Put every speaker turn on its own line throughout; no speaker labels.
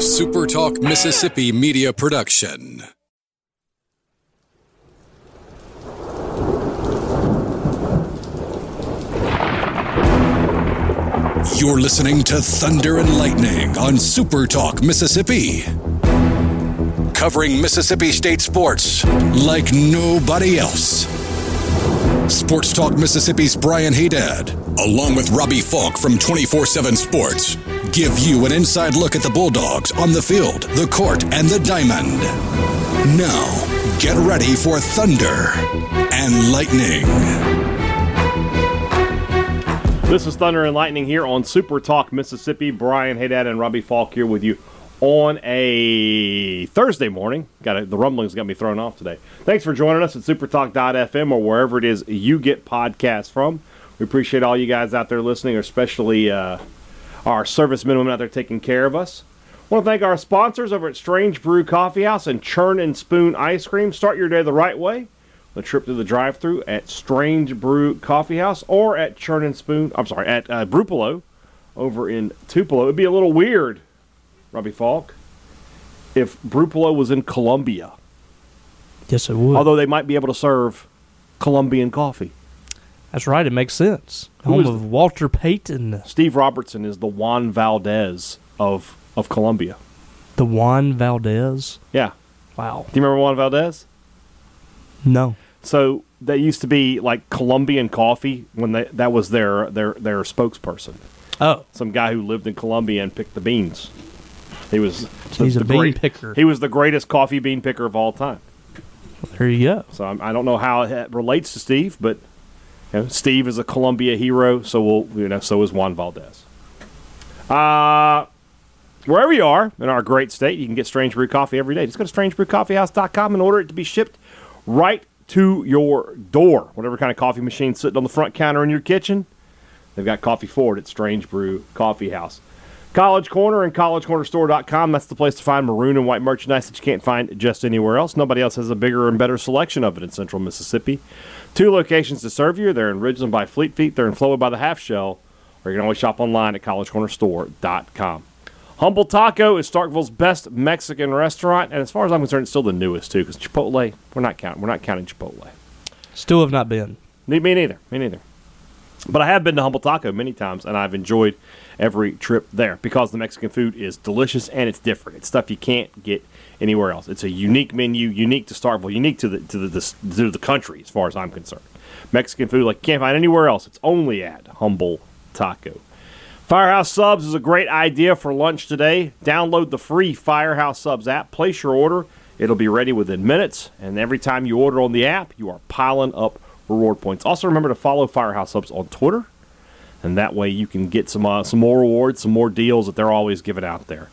SuperTalk Mississippi Media Production. You're listening to Thunder and Lightning on SuperTalk Mississippi. Covering Mississippi State sports like nobody else. Sports Talk Mississippi's Brian Haydad, along with Robbie Falk from 24 7 Sports, give you an inside look at the Bulldogs on the field, the court, and the diamond. Now, get ready for Thunder and Lightning.
This is Thunder and Lightning here on Super Talk Mississippi. Brian Haydad and Robbie Falk here with you on a Thursday morning. Got it. The rumblings got me thrown off today. Thanks for joining us at supertalk.fm or wherever it is you get podcasts from. We appreciate all you guys out there listening, especially uh, our servicemen and women out there taking care of us. want to thank our sponsors over at Strange Brew Coffee House and Churn and Spoon Ice Cream. Start your day the right way the trip to the drive-through at Strange Brew Coffee House or at Churn and Spoon. I'm sorry, at uh, Brupolo over in Tupelo. It'd be a little weird, Robbie Falk, if Brupolo was in Colombia.
Yes, it would.
Although they might be able to serve Colombian coffee.
That's right. It makes sense.
Who
Home
is
of Walter Payton,
Steve Robertson is the Juan Valdez of of Colombia.
the Juan Valdez.
Yeah,
Wow.
do you remember Juan Valdez?
No.
So that used to be like Colombian coffee when they, that was their their their spokesperson.
Oh,
some guy who lived in Colombia and picked the beans. He was the,
He's a
the
bean picker.
He was the greatest coffee bean picker of all time.
there you go.
So I'm, I don't know how it relates to Steve, but you know, Steve is a Colombia hero. So we'll you know so is Juan Valdez. Uh wherever you are in our great state, you can get Strange Brew coffee every day. Just go to strangebrewcoffeehouse.com and order it to be shipped right to your door. Whatever kind of coffee machine sitting on the front counter in your kitchen, They've got coffee forward at Strange Brew Coffee House. College Corner and collegecornerstore.com. That's the place to find maroon and white merchandise that you can't find just anywhere else. Nobody else has a bigger and better selection of it in central Mississippi. Two locations to serve you. They're in Ridgeland by Fleet Feet. They're in Flowood by the Half Shell. Or you can always shop online at collegecornerstore.com. Humble Taco is Starkville's best Mexican restaurant. And as far as I'm concerned, it's still the newest, too, because Chipotle, we're not counting. We're not counting Chipotle.
Still have not been.
Me, me neither. Me neither. But I have been to Humble Taco many times, and I've enjoyed every trip there because the Mexican food is delicious and it's different. It's stuff you can't get anywhere else. It's a unique menu, unique to Starkville, unique to the to the to the country, as far as I'm concerned. Mexican food like you can't find anywhere else. It's only at Humble Taco. Firehouse Subs is a great idea for lunch today. Download the free Firehouse Subs app, place your order, it'll be ready within minutes, and every time you order on the app, you are piling up reward points. Also, remember to follow Firehouse Subs on Twitter, and that way you can get some uh, some more rewards, some more deals that they're always giving out there.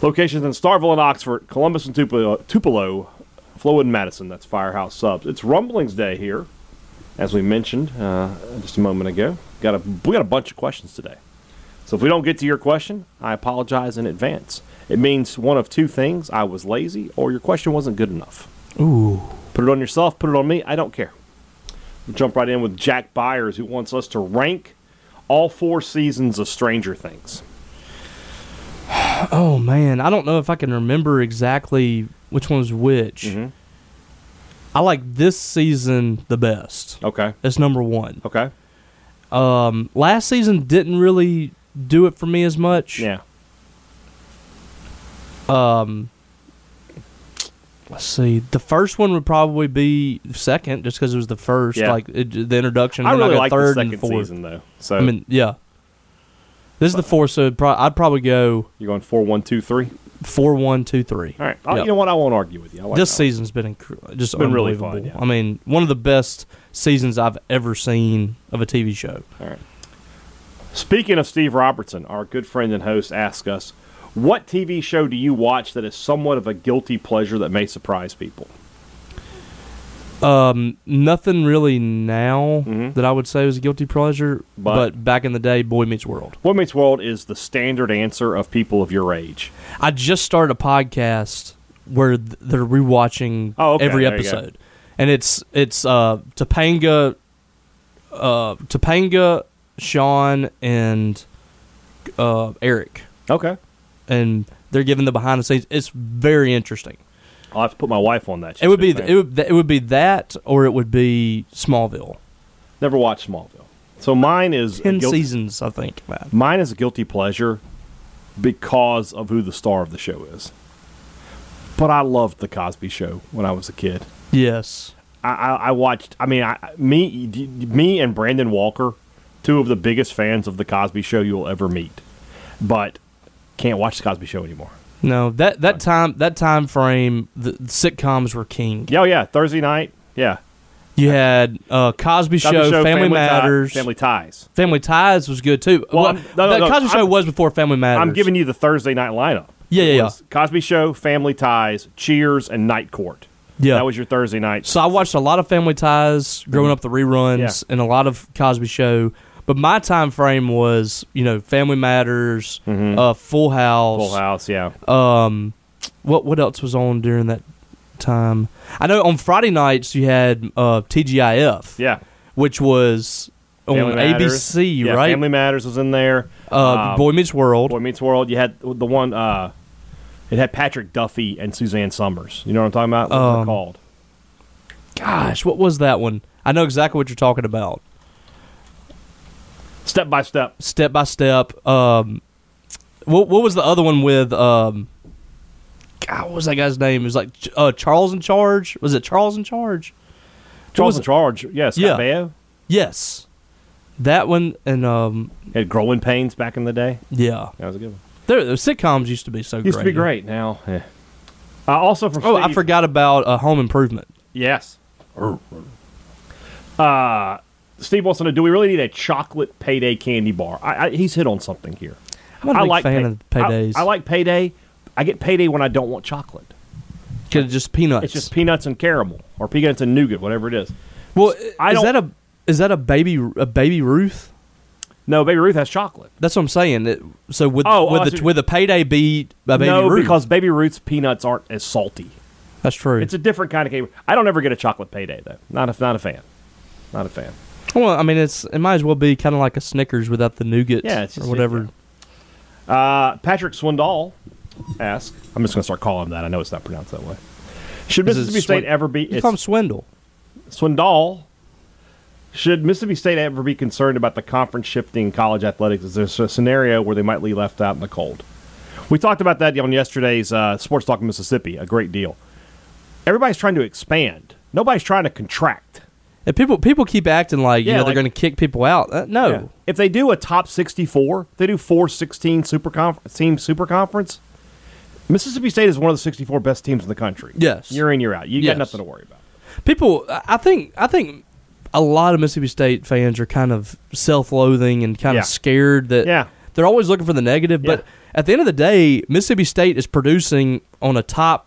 Locations in Starville and Oxford, Columbus and Tupelo, Tupelo Flowood and Madison. That's Firehouse Subs. It's Rumblings Day here, as we mentioned uh, just a moment ago. Got a we got a bunch of questions today. So if we don't get to your question, I apologize in advance. It means one of two things: I was lazy, or your question wasn't good enough.
Ooh.
Put it on yourself. Put it on me. I don't care. We'll jump right in with Jack Byers, who wants us to rank all four seasons of Stranger Things.
Oh man, I don't know if I can remember exactly which one was which.
Mm-hmm.
I like this season the best.
Okay.
That's number one.
Okay.
Um, last season didn't really do it for me as much.
Yeah.
Um, let's see. The first one would probably be second, just because it was the first,
Yeah.
like it, the introduction.
I
then
really
got
like the
third
second
and fourth.
season though. So
I mean, yeah. This is the fourth, so it'd pro- I'd probably go
you're going four, one, two, three.
four, one, two, three.
All right. I'll-
Yep.
You know what? I won't argue with you. I like
this
that one.
season's been inc- just
been really
unbelievable.
fun, yeah.
I mean, one of the best seasons I've ever seen of a TV show.
Speaking of Steve Robertson, our good friend and host asked us, "What TV show do you watch that is somewhat of a guilty pleasure that may surprise people?"
Um, nothing really now that I would say was a guilty pleasure,
Mm-hmm. But-
but back in the day, Boy Meets World.
What Meets World is the standard answer of people of your age.
I just started a podcast where th- they're rewatching
Oh, okay,
every
there you go.
episode, and it's it's uh, Topanga, uh, Topanga, Sean, and uh, Eric,
Okay.
and they're giving the behind the scenes. It's very interesting.
I'll have to put my wife on that. She's
It would
a big
be th-
fan.
it would, th- it would be that or it would be Smallville.
Never watched Smallville. So mine is a
Ten
guilty-
seasons, I think. Matt.
Mine is a guilty pleasure because of who the star of the show is. But I loved the Cosby Show when I was a kid.
Yes.
I, I, I watched. I mean, I, me, d- me, and Brandon Walker, two of the biggest fans of the Cosby Show you'll ever meet. But can't watch the Cosby Show anymore.
No. That that time that time frame, the, the sitcoms were king.
Yeah, oh, yeah. Thursday night. Yeah.
You had uh,
Cosby
Cosby, Show, Family,
Ti-
Matters,
Family Ties.
Family Ties was good too.
Well,
Well,
I'm- no, no,
the
no,
Cosby Show
I'm-
was before Family Matters.
I'm giving you the Thursday night lineup.
Yeah, yeah,
It
yeah.
was Cosby Show, Family Ties, Cheers, and Night Court.
Yeah.
That was your Thursday night.
So I watched a lot of Family Ties growing up, the reruns,
Yeah.
and a lot of Cosby Show. But my time frame was, you know, Family Matters, uh, Full House.
Mm-hmm. Full House. Yeah.
Um, what what else was on during that time? I know on Friday nights you had uh, TGIF,
yeah.
which was on
Family Matters.
ABC,
Yeah,
right?
Family Matters was in there.
uh,
Um,
Boy Meets World.
Boy Meets World. You had the one. Uh, it had Patrick Duffy and Suzanne Summers. You know what I'm talking about? What was it
Um,
called?
Gosh, what was that one? I know exactly what you're talking about.
Step by step.
Step by step. Um, what what was the other one with? Um, God, what was that guy's name? It was like uh, Charles in Charge. Was it Charles in Charge?
Charles
was
in Charge. Yeah. Scott
Yeah.
Baio.
Yes, that one and um,
Had Growing Pains back in the day.
yeah.
That was a good one.
There, the sitcoms used to be so
Used
great.
to be great. Now. eh. Uh, also from
Oh, I
Steve-
forgot about uh, Home Improvement.
Yes. Uh, Steve Wilson, do we really need a chocolate payday candy bar? I, I, he's hit on something here.
I'm not a
I
big
like
fan
pay-
of paydays.
I, I like payday. I get payday when I don't want chocolate.
Cause it's just peanuts.
It's just peanuts and caramel, or peanuts and nougat, whatever it is.
well,
I
is
don't-
that a is that a baby a baby Ruth?
No, Baby Ruth has chocolate.
That's what I'm saying. That, so with
Oh, oh, I
with
see.
the with a payday be a baby
no,
Ruth?
because Baby Ruth's peanuts aren't as salty.
that's true.
It's a different kind of candy. I don't ever get a chocolate payday though. Not a not a fan. Not a fan.
well, I mean, it's it might as well be kind of like a Snickers without the nougat
Yeah, it's just-
or whatever.
yeah. Uh, Patrick Swindoll asks. I'm just going to start calling him that. I know it's not pronounced that way. Should
Is it
Mississippi
Swin-
State ever be?
You
It's
call 'em swindle.
Swindoll. Should Mississippi State ever be concerned about the conference shifting college athletics? Is there a scenario where they might be left out in the cold? We talked about that on yesterday's uh, Sports Talk Mississippi a great deal. Everybody's trying to expand. Nobody's trying to contract.
And people people keep acting like you
Yeah,
know they're
like-
going to kick people out. Uh, no,
Yeah. If they do a top 64, they do 416 super conference, team super conference. Mississippi State is one of the 64 best teams in the country.
Yes.
Year in, year out. You
Yes.
got nothing to worry about.
people I I think I think a lot of Mississippi State fans are kind of self-loathing and kind
Yeah.
of scared that
Yeah.
they're always looking for the negative but
Yeah.
at the end of the day Mississippi State is producing on a top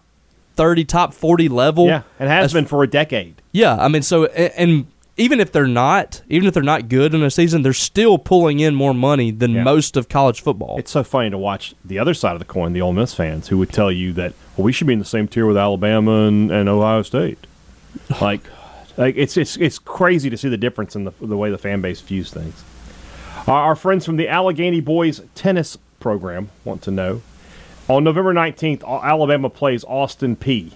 30 top 40 level
Yeah. It has
As-
been for a decade.
yeah I mean so a- and even if they're not even if they're not good in a season they're still pulling in more money than
Yeah.
most of college football
It's so funny to watch the other side of the coin, the Ole Miss fans, who would tell you that, well, we should be in the same tier with Alabama and, and Ohio State. Like, like it's, it's, it's crazy to see the difference in the, the way the fan base views things. Our, our friends from the Allegheny Boys tennis program want to know on November 19th, Al- Alabama plays Austin P.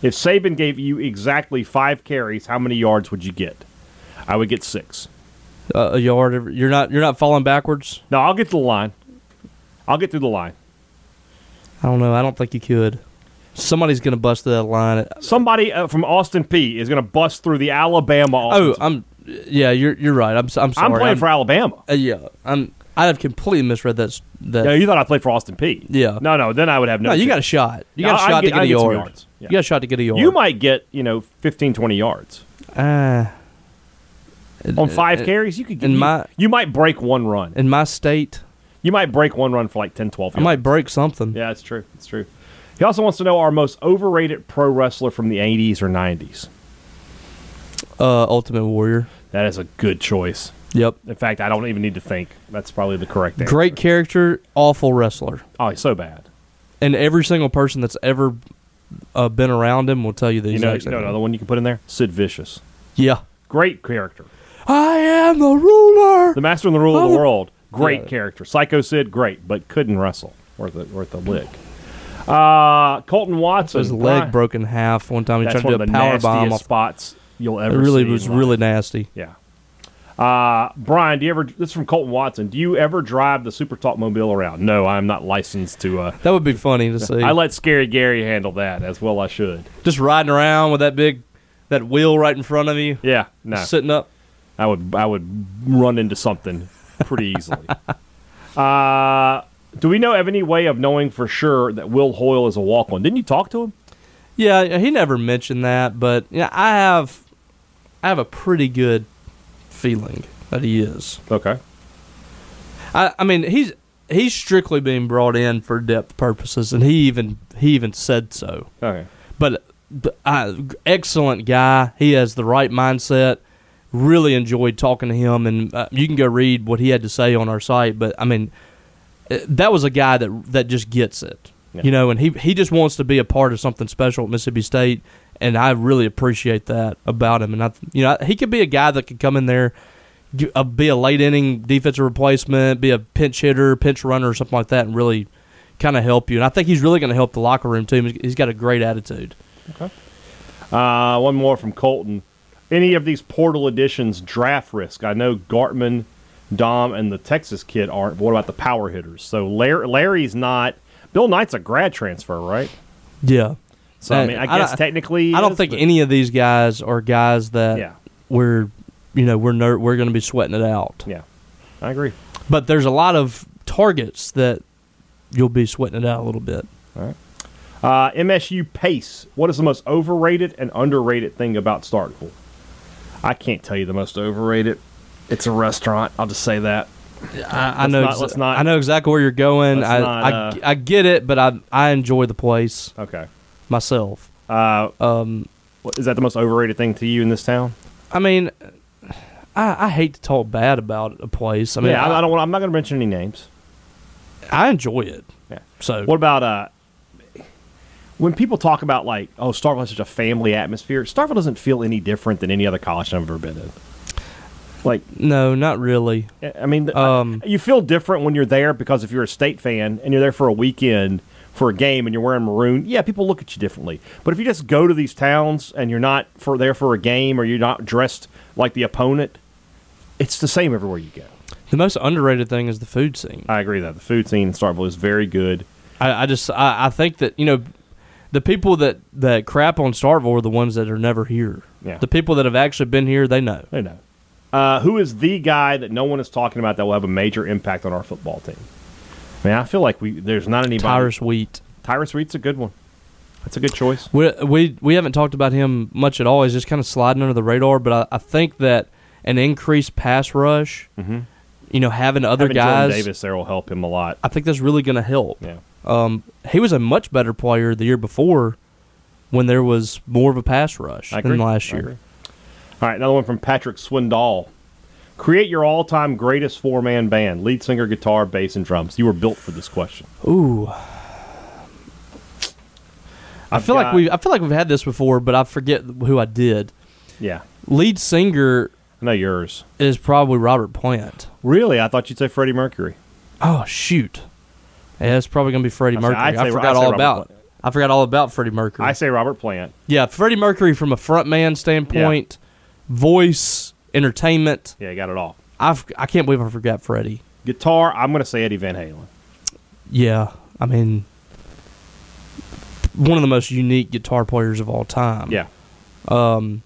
If Saban gave you exactly five carries, how many yards would you get? I would get six.
uh, a yard every, you're not you're not falling backwards
No, I'll get to the line. I'll get through the line.
I don't know I don't think you could somebody's going to bust that line
Somebody uh, from Austin P is going to bust through the Alabama.
Oh,
offensive-
I'm. Yeah, you're you're right. I'm so- I'm sorry.
I'm playing for Alabama.
Uh, yeah, I'm. I have completely misread that. s- That.
Yeah, you thought I played for Austin P.
Yeah.
No, no, then I would have no.
no, you
chance.
got a shot. You got
Yeah,
a
I- I
shot
get-
to get
I
a
get some
yard.
yards. Yeah.
You got a shot to get a yard.
You might get you know 15, 20 yards
Uh,
on five carries. You could. Get,
in
you,
my-
you might break one run.
in my state,
You might break one run for like 10, 12
I
yards.
might break something.
Yeah, it's true. It's true. He also wants to know our most overrated pro wrestler from the 80s or 90s.
Uh, Ultimate Warrior.
That is a good choice.
Yep.
In fact, I don't even need to think. That's probably the correct answer.
Great character, awful wrestler,
Oh, he's so bad.
and every single person that's ever uh, been around him will tell you the
You know,
exact
you
same
know
thing.
another one you can put in there? Sid Vicious.
Yeah.
Great character.
I am the ruler.
The Master and the Rule of
Oh.
the World, great
Yeah.
character. Psycho Sid, great, but couldn't wrestle worth a, worth a lick. Uh, Colton Watson.
His leg
Bri-
broke in half one time. He
That's
tried
one
to
of
do
the
a power bomb
nastiest
off.
spots you'll
It
ever
really
see in
was
life.
really nasty.
Yeah. Uh, Brian, do you ever? This is from Colton Watson. Do you ever drive the Super Talk mobile around? No, I'm not licensed to. Uh,
That would be funny to see.
I let Scary Gary handle that as well. I should.
just riding around with that big, that wheel right in front of you,
Yeah. No.
sitting up.
I would. I would run into something pretty easily. uh, do we know have any way of knowing for sure that Will Hoyle is a walk on? Didn't you talk to him?
Yeah, he never mentioned that, but yeah, I have, I have a pretty good feeling that he is.
Okay.
I, I mean, he's he's strictly being brought in for depth purposes, and he even he even said so.
Okay.
But, but uh, excellent guy. He has the right mindset. Really enjoyed talking to him, and uh, you can go read what he had to say on our site. But I mean, uh, that was a guy that that just gets it,
Yeah.
you know. And he he just wants to be a part of something special at Mississippi State, and I really appreciate that about him. And I, you know, he could be a guy that could come in there. g- uh, Be a late inning defensive replacement, be a pinch hitter, pinch runner, or something like that, and really kind of help you. And I think he's really going to help the locker room too. He's- He's got a great attitude.
Uh, one more from Colton. Any of these portal additions draft risk? I know Gartman, Dom, and the Texas kid aren't. But what about the power hitters? So Larry, Larry's not. Bill Knight's a grad transfer, right?
Yeah.
So I mean, I, guess
don't-
technically, he
I don't
is,
think
but-
any of these guys are guys that
Yeah.
we're you know we're ner- we're going to be sweating it out.
Yeah, I agree.
But there's a lot of targets that you'll be sweating it out a little bit.
Uh, MSU pace. What is the most overrated and underrated thing about Starkville? I can't tell you the most overrated. It's a restaurant. I'll just say that.
I, I
Let's
know
not-
exa-
let's not-
I know exactly where you're going.
Let's
I,
not,
I,
uh,
I get it, but I I enjoy the place
Okay.
myself.
Uh,
Um,
what- is that the most overrated thing to you in this town?
I mean, I, I hate to talk bad about a place. I mean,
yeah, I,
I,
I don't. Want, I'm not going to mention any names.
I enjoy it.
Yeah.
So
What about uh when people talk about like, oh, Starkville has such a family atmosphere, Starkville doesn't feel any different than any other college I've ever been in. Like,
no, not really.
I mean, th-
Um,
you feel different when you're there because if you're a state fan and you're there for a weekend for a game and you're wearing maroon, yeah, people look at you differently. But if you just go to these towns and you're not for there for a game or you're not dressed like the opponent, it's the same everywhere you go.
The most underrated thing is the food scene.
I agree that the food scene in Starkville is very good.
I, I just I, I think that you know the people that that crap on Starville are the ones that are never here.
Yeah.
The people that have actually been here, they know.
I know. Uh, who is the guy that no one is talking about that will have a major impact on our football team? Man, I feel like we there's not anybody.
Tyrus Wheat.
Tyrus Reed's a good one. That's a good choice.
We, we we haven't talked about him much at all. He's just kind of sliding under the radar. But I, I think that an increased pass rush, you know, having other
Mm-hmm. Having Jordan
guys,
Davis there will help him a lot.
I think that's really going to help.
Yeah,
Um, he was a much better player the year before when there was more of a pass rush
I agree.
than last
I
year.
agree. All right, another one from Patrick Swindoll. Create your all-time greatest four-man band: lead singer, guitar, bass, and drums. You were built for this question.
Ooh. I
I've
feel like
got-
we I feel like we've had this before, but I forget who I did.
Yeah,
Lead singer
I know yours.
is probably Robert Plant.
Really, I thought you'd say Freddie Mercury.
Oh shoot. Yeah, it's probably gonna be Freddie
I'd say-
Mercury.
I'd say-
I
I'd
forgot
say
all
Robert
about
Plant.
I forgot all about Freddie Mercury.
I say Robert Plant.
yeah, Freddie Mercury from a frontman standpoint, voice, entertainment.
Yeah, you got it all.
I've I can't believe I forgot Freddie.
Guitar, I'm going to say Eddie Van Halen.
Yeah. I mean one of the most unique guitar players of all time.
Yeah.
um,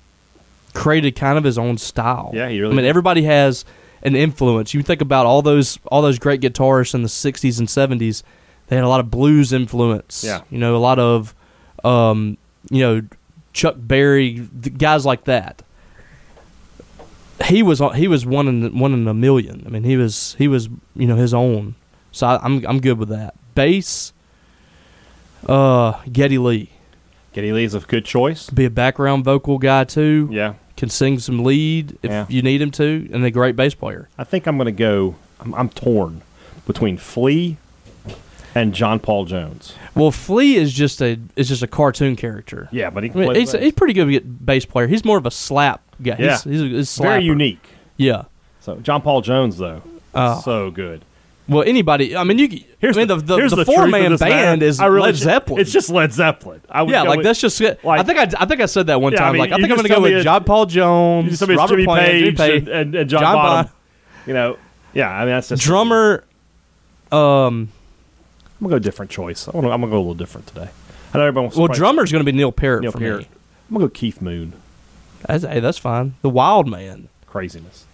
created kind of his own style.
Yeah, he really
I mean,
did.
everybody has an influence. You think about all those all those great guitarists in the '60s and '70s. They had a lot of blues influence.
Yeah.
you know, a lot of, um, you know, Chuck Berry, th- guys like that. He was on- he was one in one in a million. I mean, he was he was you know his own. So I, I'm I'm good with that. Bass, uh, Getty Lee
Geddy Lee's a good choice.
be a background vocal guy too
Yeah.
can sing some lead if
Yeah.
you need him to, and a great bass player.
I think I'm going to go. I'm, I'm torn between Flea and John Paul Jones.
Well, Flea is just a is just a cartoon character.
Yeah, but he
I
can
mean,
play
he's,
the-
he's pretty good at bass player. He's more of a slap guy. He's,
Yeah.
he's a he's a
very
slapper.
unique.
Yeah,
So John Paul Jones though,
Oh.
so good.
Well, anybody. I mean, you.
Here's
I mean,
the,
the the,
here's
the,
the
four
truth of
man
this
band
matter.
is
I really
Led
should-
Zeppelin.
It's just Led Zeppelin. I would
yeah,
go
like
with,
that's just. I
like-
think I, I think I said that one
Yeah, I
time.
mean,
like I
you
think I'm
just
gonna go
tell me
with
it's-
John Paul Jones,
you somebody's
Robert
Jimmy
Plant, Jimmy
Page
Page,
and, and, and John,
John
Bonham.
Bonham.
You know, yeah. I mean, that's just
drummer. Um.
I'm gonna go different choice. I wanna, I'm gonna go a little different today. I know everyone. Wants
Well,
to
drummer's gonna be Neil Peart
Neil
for
Peart.
me.
I'm gonna go Keith Moon.
That's, hey, that's fine. The Wild Man.
Craziness.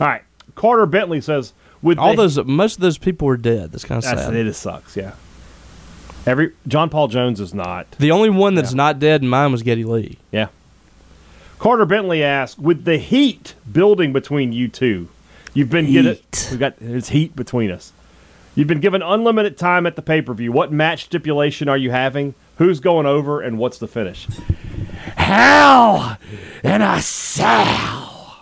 All right. Carter Bentley says with
All
the-
those most of those people were dead. That's kind of
That's,
sad.
it is sucks. Yeah. Every John Paul Jones is not.
The only one that's
Yeah.
not dead in mine was Getty Lee.
Yeah. Carter Bentley asks, with the heat building between you two, you've been given
Heat.
we've got it's heat between us. You've been given unlimited time at the pay per view. What match stipulation are you having? Who's going over and what's the finish? Hell in a cell.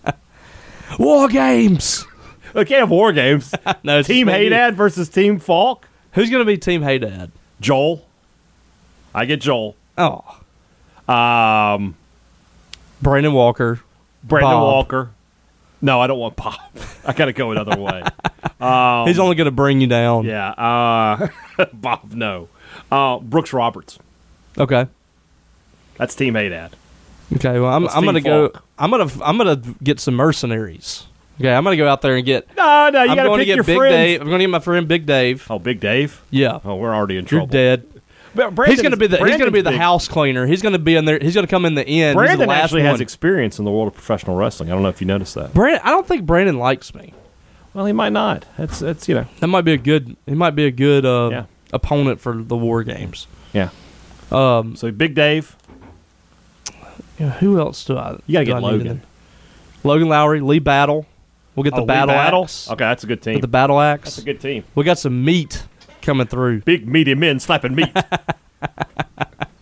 War games.
I can't have war games.
No, it's
Team
just me and you.
Haydad versus Team Falk.
Who's gonna be Team Hey Dad?
Joel. I get Joel.
Oh,
Um,
Brandon Walker.
Brandon
Bob.
Walker. No, I don't want Bob. I got to go another way.
He's only gonna bring you down.
um, Yeah, uh, Bob. No, uh, Brooks Roberts.
Okay.
That's Team Haydad.
Okay. Well, I'm,
Let's
I'm
team
gonna go.
Falk.
I'm gonna I'm gonna get some mercenaries. Okay. I'm gonna go out there and get.
No, no, you
I'm
got
going
pick
to get
your
Big
friends.
Dave. I'm gonna get my friend Big Dave.
Oh, Big Dave.
Yeah.
Oh, we're already in
You're
trouble.
dead.
But
He's
Brandon
gonna
is-
be the he's gonna be
Brandon's
the
big.
house cleaner. He's gonna be in there. He's gonna come in the end. he's the
Brandon
last
actually
one.
has experience in the world of professional wrestling. I don't know if you noticed that.
Brandon, I don't think Brandon likes me.
Well, he might not. That's that's you know.
That might be a good. He might be a good uh,
Yeah.
opponent for the war games.
Yeah. Um. So Big Dave.
Yeah, who else do I?
You gotta get
do I need in
Logan.
there? Logan Lowry, Lee Battle. We'll get the
Oh, Lee
battle
battle.
axe.
Okay, that's a good team.
Get the battle axe.
That's a good team.
we got some meat coming through.
Big meaty men slapping meat.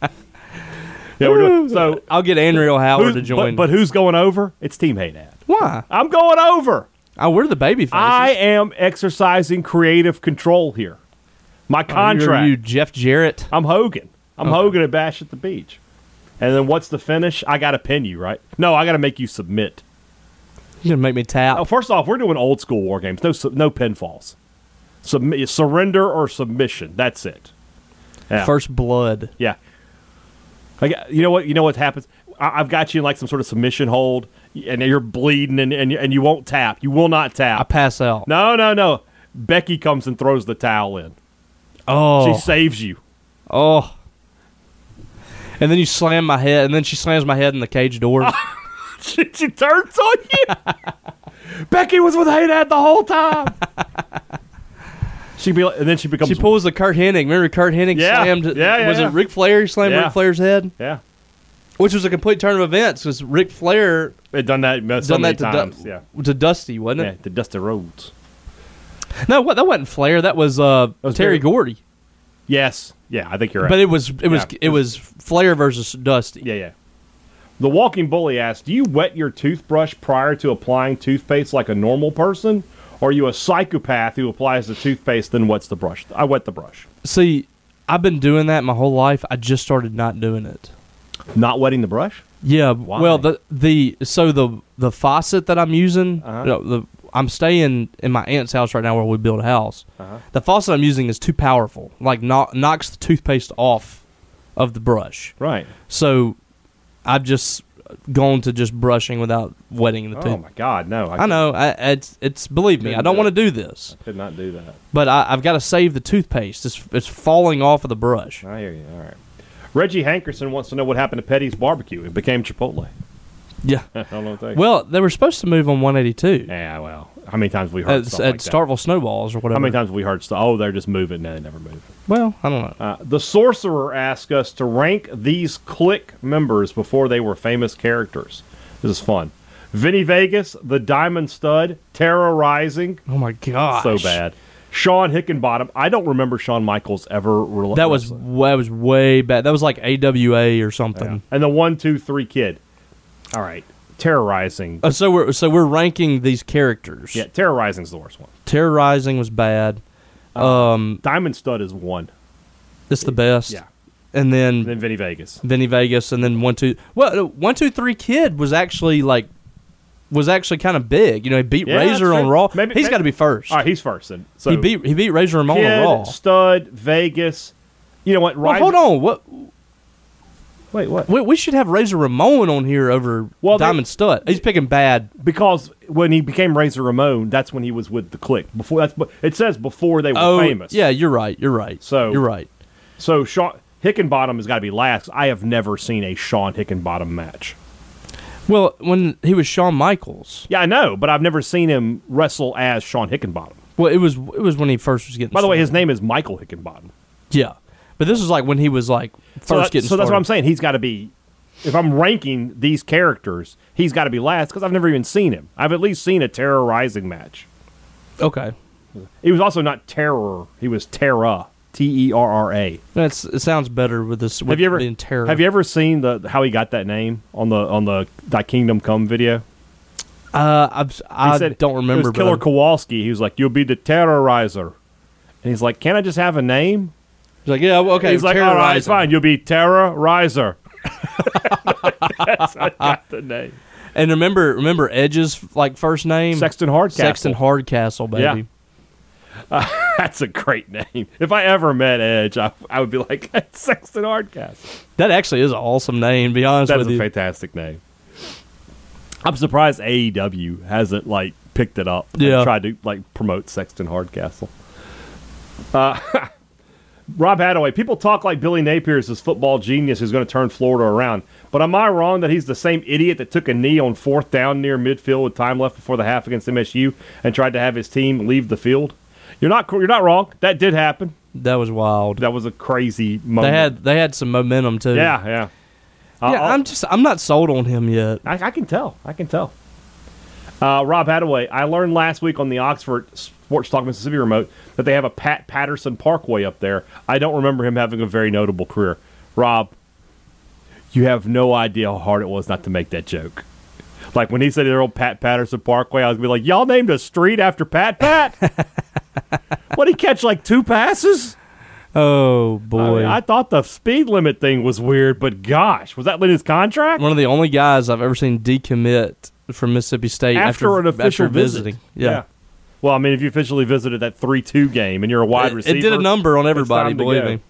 yeah, we're doing so.
I'll get Andrew Howard
Who's,
to join.
But, but who's going over? It's Team Hate Ad.
why?
I'm going over.
Oh, we're the baby faces.
I am exercising creative control here. My
Oh, you're-
contract.
You, Jeff Jarrett.
I'm Hogan. I'm Hogan at Bash at the Beach. And then what's the finish? I got to pin you, right? No, I got to make you submit.
You're gonna make me tap.
Oh, first off, we're doing old school war games. No, su- no pinfalls. Submi- surrender or submission. That's it. Yeah.
First blood.
Yeah. Like you know what you know what happens. I, I've got you in like some sort of submission hold, and you're bleeding, and and, and you won't tap. You will not
I
tap.
pass out.
no, no, no. Becky comes and throws the towel in.
Oh,
She saves you.
oh. And then you slam my head, and then she slams my head in the cage door.
she, she turns on you. Becky was with Haydad the whole time. she be like, and then she becomes
She pulls the Kurt Hennig. Remember Kurt Hennig
Yeah.
slammed?
Yeah, yeah,
was
yeah.
it Ric Flair? He slammed
Yeah.
Ric Flair's head,
yeah.
which was a complete turn of events because Ric Flair
It done that uh, so
done
many
that to,
times.
Du-
yeah.
to Dusty, wasn't
Yeah,
it?
the Dusty Rhodes.
No, what that wasn't Flair. That was, uh,
was Terry-
Terry Gordy.
Yes. Yeah, I think you're right.
But it was it was
Yeah.
it was Flair versus Dusty.
Yeah, yeah. The walking bully asks, "Do you wet your toothbrush prior to applying toothpaste like a normal person, or are you a psychopath who applies the toothpaste then wets the brush?" I wet the brush,
See, I've been doing that my whole life. I just started not doing it.
not wetting the brush.
Yeah.
Why?
Well, the the so the the faucet that I'm using,
Uh-huh.
no, the I'm staying in my aunt's house right now where we built a house.
Uh-huh.
The faucet I'm using is too powerful. Like kno- knocks the toothpaste off of the brush.
Right.
So I've just gone to just brushing without wetting the
Oh
tooth.
my God, no!
I know. I, it's it's believe me. I
Couldn't
don't
do
want
it.
to do this,
Could not do that.
but I, I've got to save the toothpaste. It's it's falling off of the brush.
I hear you. All right. Reggie Hankerson wants to know what happened to Petty's barbecue. It became Chipotle.
Yeah.
I don't know what they.
Well, they were supposed to move on 182
yeah. Well, how many times have we heard
at,
stuff
at
like that?
Starville Snowballs or whatever.
How many times have we heard stuff? Oh, they're just moving. No, they never move.
Well, I don't know.
Uh, the sorcerer asked us to rank these clique members before they were famous characters. This is fun. Vinny Vegas, the Diamond Stud, terrorizing,
Oh my god!
so bad. Sean Hickenbottom. I don't remember Shawn Michaels ever. Re-
That was that
wrestling.
was way bad. That was like AWA or something.
and the one, two, three kid. All right, terrorizing.
Uh, so we're so we're ranking these characters.
yeah, terrorizing's the worst one.
Terrorizing was bad.
Diamond Stud is one.
It's the best.
Yeah,
And
and
then
then Vinny Vegas.
Vinny Vegas, and then one two. Well, uh, one two three kid was actually like was actually kind of big. You know, he beat
Yeah,
Razor
that's
on
true.
Raw.
Maybe-
he's
maybe-
got to be first.
All right, he's first. Then. So
he beat he beat Razor Ramon
Kid,
on Raw.
Stud, Vegas. You know what?
Well,
Ryzen,
hold on. What
Wait, what?
we, we should have Razor Ramon on here over
Well, they-
Diamond Stud. He's picking bad.
Because when he became Razor Ramon, that's when he was with the Click. Before that's but it says before they were
Oh,
famous.
yeah, you're right. You're right.
So-
you're right.
So Shawn Hickenbottom has got to be last. I have never seen a Shawn Hickenbottom match.
Well, when he was Shawn Michaels,
Yeah, I know, but I've never seen him wrestle as Shawn Hickenbottom.
well, it was it was when he first was getting.
By the way,
started.
his name is Michael Hickenbottom.
yeah, but this is like when he was like first
So, that-
getting.
so that's what I'm
started.
saying. He's got to be. If I'm ranking these characters, he's got to be last because I've never even seen him. I've at least seen a terrorizing match.
Okay,
He was also not terror. He was Terra. T E R R A.
that's it. Sounds better with this. With
Have you ever
being terror?
Have you ever seen the how he got that name on the on the Thy Kingdom Come video?
Uh, I've,
He
I
said-
don't remember.
It was
but
Killer
I'm-
Kowalski. He was like, "You'll be the terrorizer," and he's like, "Can I just have a name?"
He's like, yeah, well, okay.
he's like, "All right,
terrorizing.
fine. You'll be terrorizer." That's how I got the name.
And remember, remember Edge's like first name,
Sexton Hardcastle.
Sexton Hardcastle, baby.
Yeah. That's a great name. If I ever met Edge, I, I would be like Sexton Hardcastle.
That actually is an awesome name. To be honest
That's
with
a
you,
fantastic name. I'm surprised AEW hasn't like picked it up and
Yeah.
tried to like promote Sexton Hardcastle. Uh, Rob Hadaway. People talk like Billy Napier is this football genius who's going to turn Florida around, but am I wrong that he's the same idiot that took a knee on fourth down near midfield with time left before the half against MSU and tried to have his team leave the field? You're not. cor- You're not wrong. That did happen.
that was wild.
That was a crazy
they
moment.
had they had some momentum too.
Yeah, yeah. I'll-
yeah.
I'll-
I'm just I'm not sold on him yet.
I, I can tell. I can tell. Uh, Rob Hadaway, I learned last week on the Oxford Sports Talk Mississippi remote that they have a Pat Patterson Parkway up there. I don't remember him having a very notable career. Rob, you have no idea how hard it was not to make that joke. Like when he said their old Pat Patterson Parkway, I was gonna be like, y'all named a street after Pat Pat. what he catch like two passes?
Oh
I, mean,
boy,
I thought the speed limit thing was weird, but gosh, was that in his contract?
one of the only guys I've ever seen decommit from Mississippi State
after, an official
after visiting.
visit.
Yeah.
Well, I mean, if you officially visited that three-two game and you're a wide
It,
receiver,
it did a number on everybody.
time to
Believe
go.
me,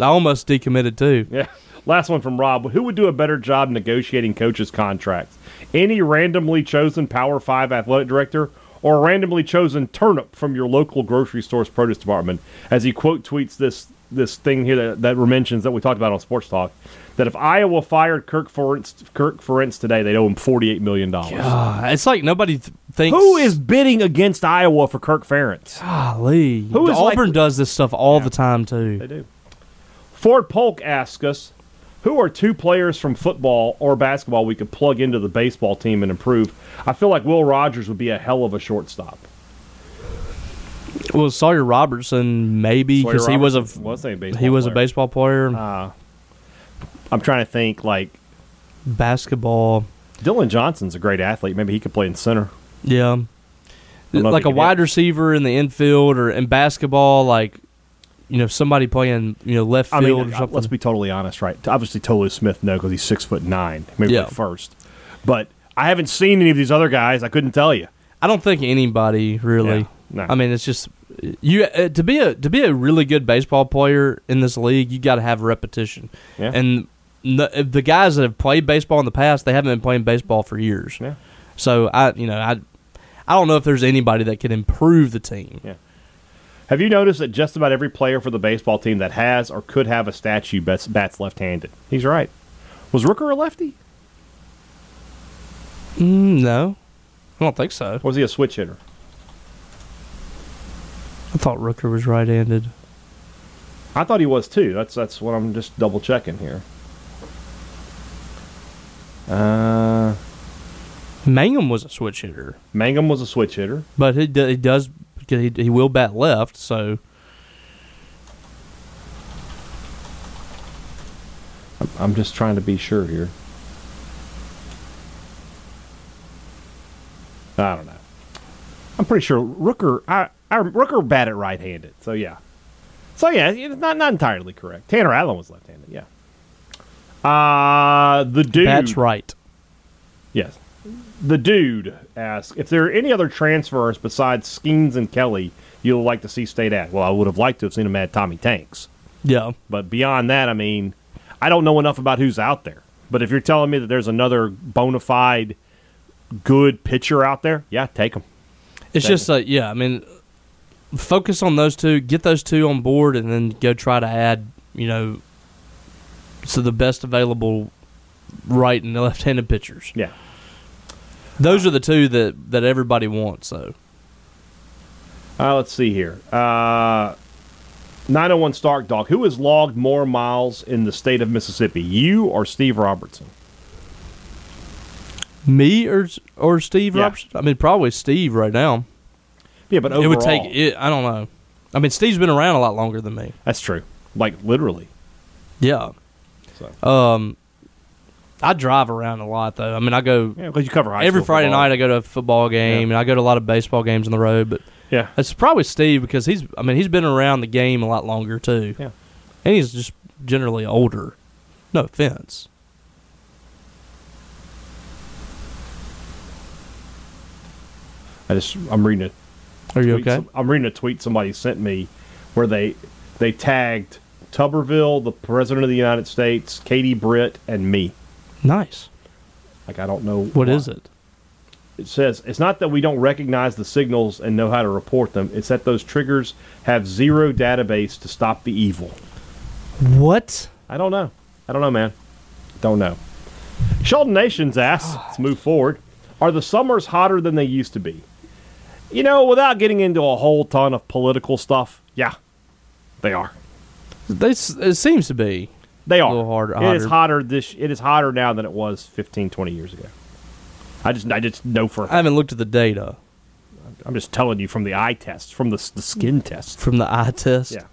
I almost decommitted too.
Yeah. Last one from Rob. Who would do a better job negotiating coaches' contracts? Any randomly chosen Power Five athletic director or a randomly chosen turnip from your local grocery store's produce department? As he quote tweets this this thing here that, that mentions that we talked about on Sports Talk, that if Iowa fired Kirk Ferentz, Kirk Ferentz today, they'd owe him forty-eight million dollars.
Ah, it's like nobody th- thinks.
Who is bidding against Iowa for Kirk Ferentz?
Ah. golly?
Who is
Auburn
likely-
does this stuff all the time too.
They do. Ford Polk asks us, who are two players from football or basketball we could plug into the baseball team and improve? I feel like Will Rogers would be a hell of a shortstop.
Well, Sawyer Robertson maybe because he was a f-
was a baseball
he was a
player. Uh.
baseball player,
I'm trying to think like
basketball.
Dylan Johnson's a great athlete. Maybe he could play in center.
Yeah,
know if
like
he
a
can
wide
hit.
receiver in the infield or in basketball, like you know somebody playing you know left
I
field
mean,
or
uh,
something.
let's be totally honest, right? Obviously, Tolu Smith, no, because he's six foot nine. Maybe
Yeah.
play first, but I haven't seen any of these other guys. I couldn't tell you.
I don't think anybody really.
Yeah, no.
I mean, it's just you uh, to be a to be a really good baseball player in this league, you got to have repetition.
Yeah.
And the, the guys that have played baseball in the past, they haven't been playing baseball for years.
Yeah.
So I, you know, I, I don't know if there's anybody that can improve the team.
Yeah. Have you noticed that just about every player for the baseball team that has or could have a statue bats, bats left-handed? He's right. Was Rooker a lefty?
Mm, no, I don't think so.
Or was he a switch hitter?
I thought Rooker was right-handed.
I thought he was too. That's that's what I'm just double checking here. Uh,
Mangum was a switch hitter,
Mangum was a switch hitter.
but he, do- he does he, he will bat left. So
I'm, I'm just trying to be sure here. I don't know. I'm pretty sure Rooker. I, I Rooker batted right-handed. So yeah. So yeah, it's not not entirely correct. Tanner Allen was left-handed. Yeah. Uh the dude.
that's right.
Yes. the dude asks if there are any other transfers besides Skeens and Kelly you'd like to see State at. Well, I would have liked to have seen him at Tommy Tanks,
Yeah.
but beyond that, I mean, I don't know enough about who's out there. But if you're telling me that there's another bona fide good pitcher out there, yeah, take him.
It's just like, yeah, I mean, focus on those two, get those two on board, and then go try to add, you know, so the best available right and left handed pitchers.
Yeah.
Those are the two that, that everybody wants, so.
Uh, let's see here. Uh, 901 Stark Dog. Who has logged more miles in the state of Mississippi, you or Steve Robertson?
Me or or Steve
Yeah.
Robertson? I mean, probably Steve right now.
Yeah, but overall,
It would take it. I don't know. I mean, Steve's been around a lot longer than me.
That's true. Like literally.
Yeah.
So.
Um, I drive around a lot though. I mean, I go
Yeah, because you cover high
every
school
Friday
football.
night. I go to a football game and I go to a lot of baseball games on the road. But
Yeah,
it's probably Steve because he's. I mean, he's been around the game a lot longer too.
Yeah.
And he's just generally older. No offense.
I just I'm reading it.
Are you
tweet
okay?
some- I'm reading a tweet somebody sent me where they they tagged Tuberville, the president of the United States, Katie Britt, and me.
nice.
Like I don't know
What
why.
is it?
It says it's not that we don't recognize the signals and know how to report them. It's that those triggers have zero database to stop the evil.
What?
I don't know. I don't know, man. Don't know. Sheldon Nation's ass. Let's move forward. Are the summers hotter than they used to be? You know, without getting into a whole ton of political stuff, yeah, they are.
They, s- it seems to be.
They are.
little harder-
It is hotter this. It is hotter now than it was 15, 20 years ago. I just, I just know for.
I haven't looked at the data
I'm just telling you from the eye test, from the s- the skin test.
from the eye test.
Yeah,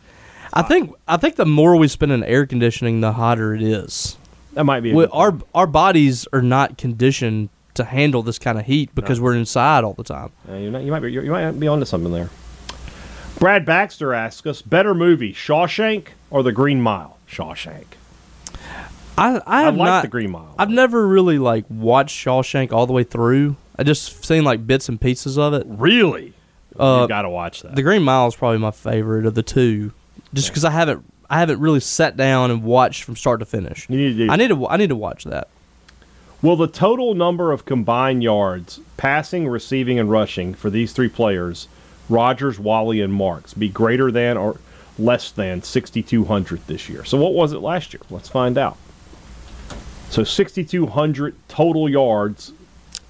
I think I think the more we spend in air conditioning, the hotter it is.
that might be. A
We,
good-
our our bodies are not conditioned to handle this kind of heat because we're inside all the time.
Uh, you're not, you might be. You might be onto something there. Brad Baxter asks us: Better movie, Shawshank or The Green Mile? Shawshank.
I I
I,
have
like
not.
The Green Mile.
I've never really like watched Shawshank all the way through. I just seen like bits and pieces of it.
really.
Uh,
you got to watch that.
The Green Mile is probably my favorite of the two, just because I haven't I haven't really sat down and watched from start to finish.
You need to do
I need to I need to watch that.
Will the total number of combined yards, passing, receiving, and rushing for these three players, Rogers, Wally, and Marks, be greater than or less than 6,200 this year? So, what was it last year? Let's find out. So, 6,200 total yards.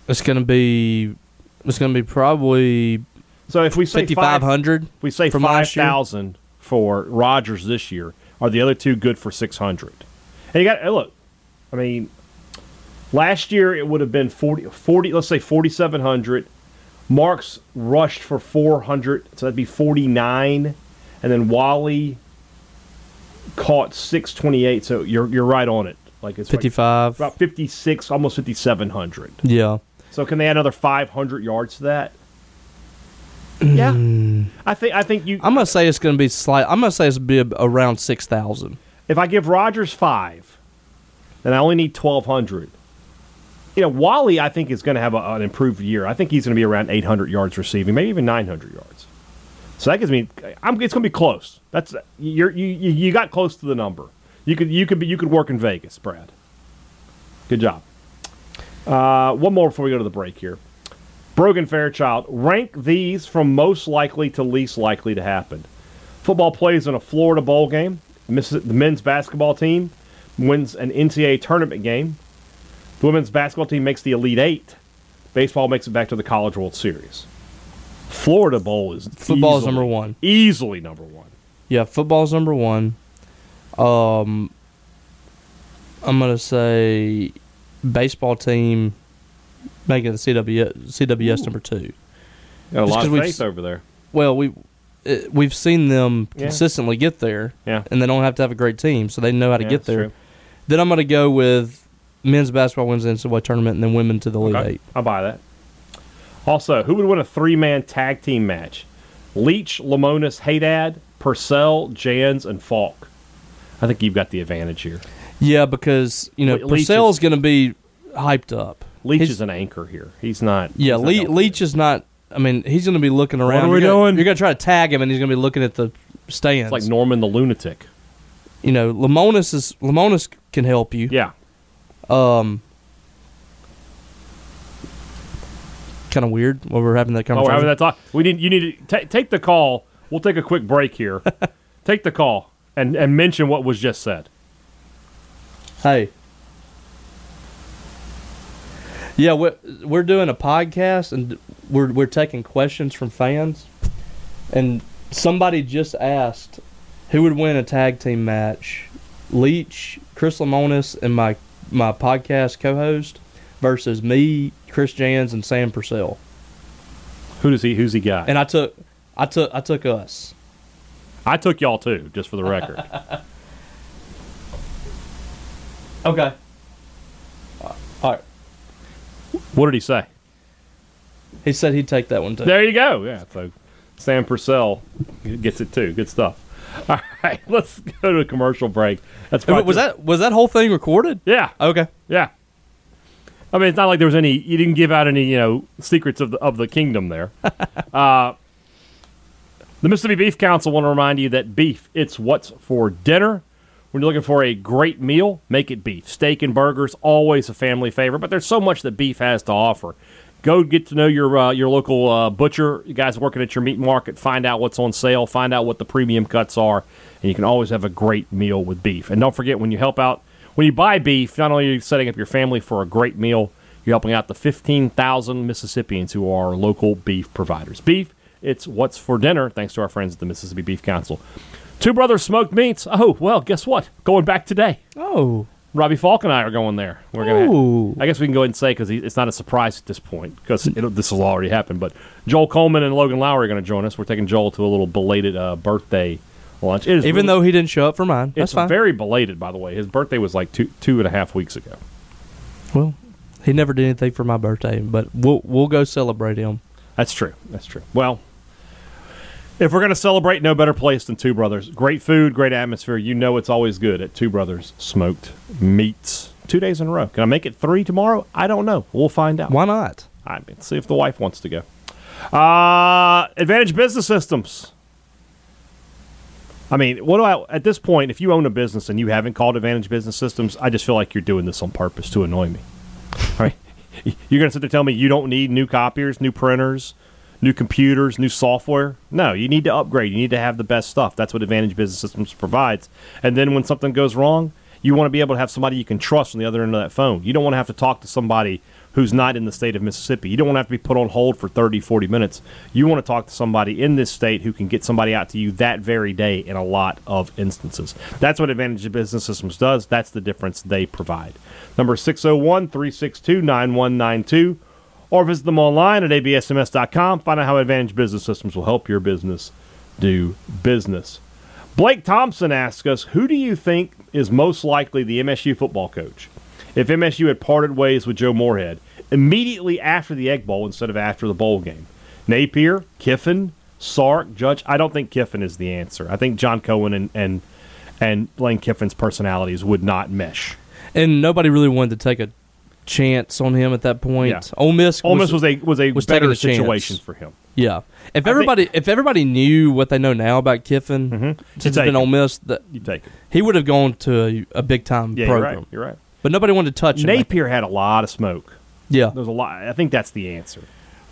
It's gonna be it's gonna be probably
So, if we say
fifty
five-
five hundred.
if we say
from last year?
5,000 for Rogers this year, are the other two good for 600? And you got hey, look. I mean, last year it would have been 40, 40 let's say 4,700. Marks rushed for 400, so that'd be 49. And then Wally caught 628, so you're, you're right on it. Like it's like
55.
about 56, almost 5,700.
Yeah.
So can they add another 500 yards to that? Yeah.
Mm.
I think I think you
I'm going to say it's going to be slight. I'm going to say it's be ab- around 6,000.
if I give Rogers five, then I only need twelve hundred. You know, Wally, I think is going to have a, an improved year. I think he's going to be around eight hundred yards receiving, maybe even nine hundred yards. So that gives me, I'm, it's going to be close. That's you're, you you you got close to the number. You could you could be, you could work in Vegas, Brad. Good job. Uh, one more before we go to the break here. Brogan Fairchild, rank these from most likely to least likely to happen. Football plays in a Florida bowl game. Miss- The men's basketball team wins an NCAA tournament game. The women's basketball team makes the Elite Eight. Baseball makes it back to the College World Series. Florida Bowl is
Football is
easily-
number one.
Easily number one.
Yeah, football's number one. Um, I'm going to say baseball team making the CW, CWS number two.
Got a
Just
lot
'cause
of
we've
faith
s-
over there.
Well, we. it- We've seen them
Yeah.
consistently get there,
Yeah.
and they don't have to have a great team, so they know how to
Yeah,
get
that's
there.
true.
Then I'm going to go with men's basketball wins the NCAA tournament, and then women to the Elite
Okay,
Eight.
I buy that. Also, who would win a three-man tag team match? Leach, Lamonis, Haydad, Purcell, Jans, and Falk. I think you've got the advantage here.
Yeah, because you know
Le- Leach is-
Purcell's going to be hyped up.
Leach
His-
is an anchor here. He's not.
Yeah,
he's not
Le-
helping.
Leach is not. I mean, he's going to be looking around.
are
You're
we
gonna-
doing?
You're going to try to tag him, and he's going to be looking at the stands.
It's like Norman the lunatic.
you know, Lamonis is Lamonis can help you.
Yeah,
Um, kind of weird while we're having that
Oh, we're
conversation.
having that talk. We need you need to ta take the call. We'll take a quick break here. take the call and and mention what was just said.
Hey. Yeah, we're, we're doing a podcast and we're, we're taking questions from fans. And somebody just asked who would win a tag team match Leach, Chris Lamonis, and my, my podcast co host versus me, Chris Jans, and Sam Purcell.
Who does he? Who's he got?
And I took. I took I took us.
I took y'all too, just for the record.
Okay. All right.
what did he say?
He said he'd take that one too.
There you go. Yeah. So Sam Purcell gets it too. Good stuff. All right, let's go to a commercial break. That's probably
was that Oh. was that whole thing recorded?
Yeah.
Okay.
Yeah. I mean, it's not like there was any. You didn't give out any, you know, secrets of the of the kingdom there. uh, the Mississippi Beef Council want to remind you that beef it's what's for dinner. When you're looking for a great meal, make it beef. Steak and burgers always a family favorite, but there's so much that beef has to offer. Go get to know your uh, your local uh, butcher. You guys working at your meat market, find out what's on sale, find out what the premium cuts are, and you can always have a great meal with beef. And don't forget when you help out when you buy beef, not only are you setting up your family for a great meal, you're helping out the 15,000 Mississippians who are local beef providers. Beef, it's what's for dinner, thanks to our friends at the Mississippi Beef Council. Two Brothers Smoked Meats. Oh, well, guess what? Going back today.
Oh.
Robbie Falk and I are going there. We're
Ooh.
going to. I guess we can go ahead and say because it's not a surprise at this point because this will already happen. But Joel Coleman and Logan Lowry are going to join us. We're taking Joel to a little belated uh, birthday lunch. It is
Even
really-
though he didn't show up for mine, that's
it's
fine.
very belated, by the way. His birthday was like two two and a half weeks ago.
well, he never did anything for my birthday, but we'll we'll go celebrate him.
That's true. That's true. Well, if we're going to celebrate, no better place than Two Brothers. Great food, great atmosphere. You know it's always good at Two Brothers Smoked Meats. Two days in a row. Can I make it three tomorrow? I don't know. We'll find out.
Why not?
I mean, see if the wife wants to go. Uh, Advantage Business Systems. I mean, what do I at this point? If you own a business and you haven't called Advantage Business Systems, I just feel like you're doing this on purpose to annoy me. All right, you're gonna sit there and tell me you don't need new copiers, new printers, new computers, new software. No, you need to upgrade. You need to have the best stuff. That's what Advantage Business Systems provides. And then when something goes wrong, you want to be able to have somebody you can trust on the other end of that phone. You don't want to have to talk to somebody who's not in the state of Mississippi. You don't want to have to be put on hold for 30, 40 minutes. You want to talk to somebody in this state who can get somebody out to you that very day in a lot of instances. That's what Advantage Business Systems does. That's the difference they provide. Number 601 362 9192. Or visit them online at absms.com. Find out how Advantage Business Systems will help your business do business. Blake Thompson asks us, who do you think is most likely the MSU football coach? If MSU had parted ways with Joe Moorhead immediately after the Egg Bowl instead of after the bowl game, Napier, Kiffin, Sark, Judge. I don't think Kiffin is the answer. I think John Cohen and and, and Lane Kiffin's personalities would not mesh.
And nobody really wanted to take a chance on him at that point.
Yeah.
Ole Miss,
Ole Miss was a was a
was taking
better
a chance.
situation for him.
yeah. If everybody, if everybody knew what they know now about Kiffin, since
You
he's
take
been
it.
Ole Miss, that
You take it.
he would have gone to a, a big time
Yeah,
program.
you're right. You're right.
But nobody wanted to touch him.
Napier had a lot of smoke.
yeah.
There's a lot. I think that's the answer.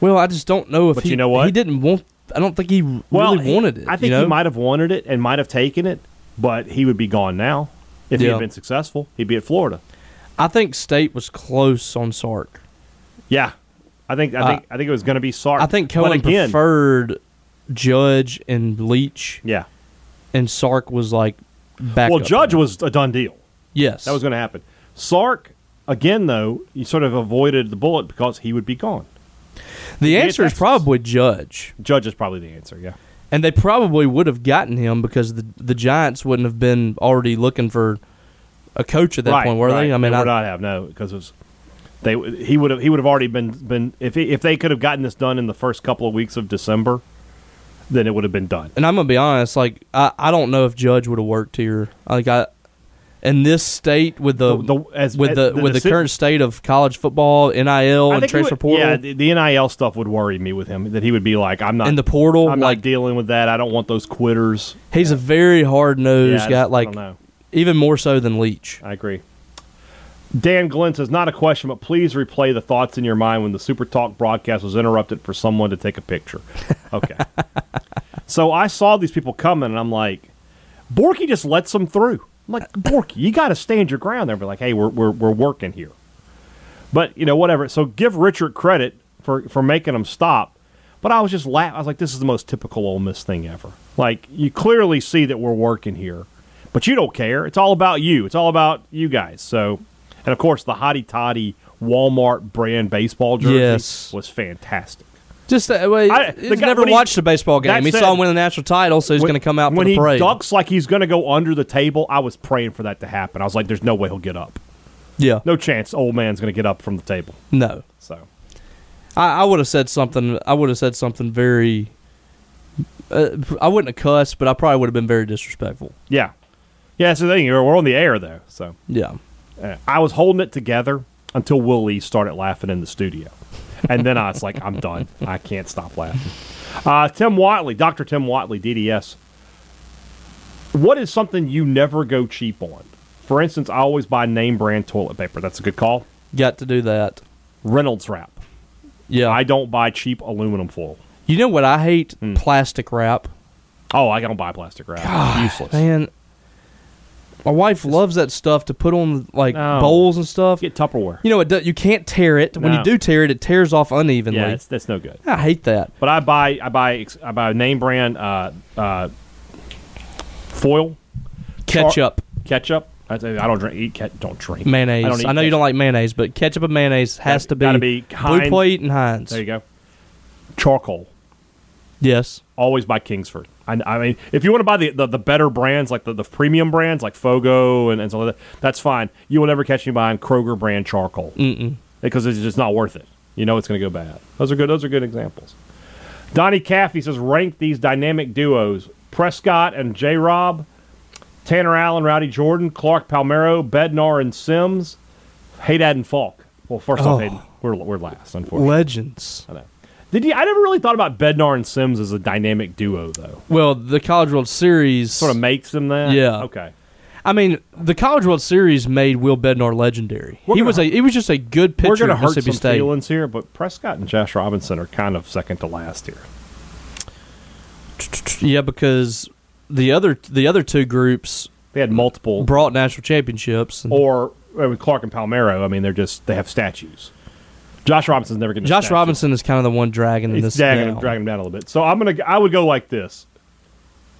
Well, I just don't know if
But
he,
you know what?
he didn't want. I don't think he really
he-
wanted it.
I think
you know?
he might have wanted it and might have taken it, but he would be gone now. If he
Yeah.
had been successful, he'd be at Florida.
I think State was close on Sark.
Yeah, I think I think Uh, I think it was going to be Sark.
I think
But
Cohen
again,
preferred Judge and Leach,
Yeah.
and Sark was like back.
Well,
up
Judge
there.
was a done deal.
yes.
That was going to happen. Sark again, though, he sort of avoided the bullet because he would be gone.
the
Yeah,
answer is
Texas.
probably Judge,
Judge is probably the answer. Yeah.
and they probably would have gotten him because the the Giants wouldn't have been already looking for a coach at that point, were they? I mean,
they
I,
would not have no because it was they he would have he would have already been been if he, if they could have gotten this done in the first couple of weeks of December, then it would have been done.
and I'm gonna be honest, like I, I don't know if Judge would have worked here. Like I, in this state with the,
The- the- as-
with the,
the
with the
deci-
current state of college football, NIL,
I
and
think he
transfer
would-
portal,
Yeah, the, the NIL stuff would worry me with him. That he would be like, I'm not
and the portal,
I'm
like
not dealing with that. I don't want those quitters.
he's a very hard
Yeah,
nosed
I
guy,
just- I
like
don't know.
even more so than Leach.
I agree. Dan Glenn says, not a question, but please replay the thoughts in your mind when the Super Talk broadcast was interrupted for someone to take a picture. Okay. so I saw these people coming, and I'm like, Borky just lets them through. I'm like, Borky, you got to stand your ground there. Be like, hey, we're, we're, we're working here. But, you know, whatever. So give Richard credit for, for making them stop. But I was just laughing. I was like, this is the most typical Ole Miss thing ever. Like, you clearly see that we're working here, but you don't care. It's all about you, it's all about you guys. So, and of course, the Hottie Toddy Walmart brand baseball jersey
Yes.
was fantastic.
Just that way,
I- the
he's
guy-
never
when he-
watched a baseball game.
that
He
said-
saw him win the national title, so he's
When-
going to come out for
when
the
he
parade.
ducks like he's going to go under the table. I was praying for that to happen. I was like, "There's no way he'll get up.
yeah,
No chance. Old man's going to get up from the table."
no.
So
I, I would have said something. I would have said something very. Uh, I wouldn't have cussed, but I probably would have been very disrespectful.
yeah, yeah. So the thing. We're we're on the air though. So
Yeah,
uh, I was holding it together until Willie started laughing in the studio, and then I was like, "I'm done. I can't stop laughing." Uh, Tim Watley, Doctor Tim Watley, DDS. What is something you never go cheap on? For instance, I always buy name brand toilet paper. That's a good call.
got to do that.
Reynolds wrap.
Yeah,
I Hmm. don't buy cheap aluminum foil.
you know what I hate? Plastic wrap.
Oh, I don't buy plastic wrap. Useless.
Man, my wife loves that stuff to put on like
No.
bowls and stuff.
Get Tupperware.
you know, it do, you can't tear it. When
No.
you do tear it, it tears off unevenly.
Yeah, it's, that's no good.
I hate that.
But I buy I buy ex- I buy name brand uh, uh, foil Char-
Ketchup,
ketchup. I, say I don't drink eat ke- don't drink
mayonnaise. I,
eat
know you don't
ketchup.
like mayonnaise, but ketchup and mayonnaise has to be,
gotta be Heinz.
Blue Plate and Heinz.
There you go. Charcoal.
Yes.
Always buy Kingsford. I, I mean, if you want to buy the, the, the better brands, like the, the premium brands, like Fogo and, and so that, that's fine. You will never catch me buying Kroger brand charcoal.
Mm-mm.
because it's just not worth it. You know it's going to go bad. Those are good. Those are good examples. Donnie Caffey says rank these dynamic duos: Prescott and J. Rob, Tanner Allen, Rowdy Jordan, Clark Palmero, Bednar and Sims, Haydad and Falk. Well, first
Oh.
off, Hayden, we're, we're last, unfortunately.
Legends.
I know. Did you? I never really thought about Bednar and Sims as a dynamic duo, though.
Well, the College World Series.
Sort of makes them that.
Yeah.
Okay.
I mean, the College World Series made Will Bednar legendary.
We're
he
gonna
was a he was just a good pitcher
We're going to
at
hurt
Mississippi
some
State.
feelings here, but Prescott and Josh Robinson are kind of second to last here.
Yeah, because the other the other two groups
They had multiple
brought national championships. and-
or uh, with Clark and Palmero, I mean, they're just they have statues. Josh Robinson's never getting. a
Josh
statue.
Robinson is kind of the one dragging in
he's
this
dragging,
now.
dragging him down a little bit. So I'm gonna I would go like this: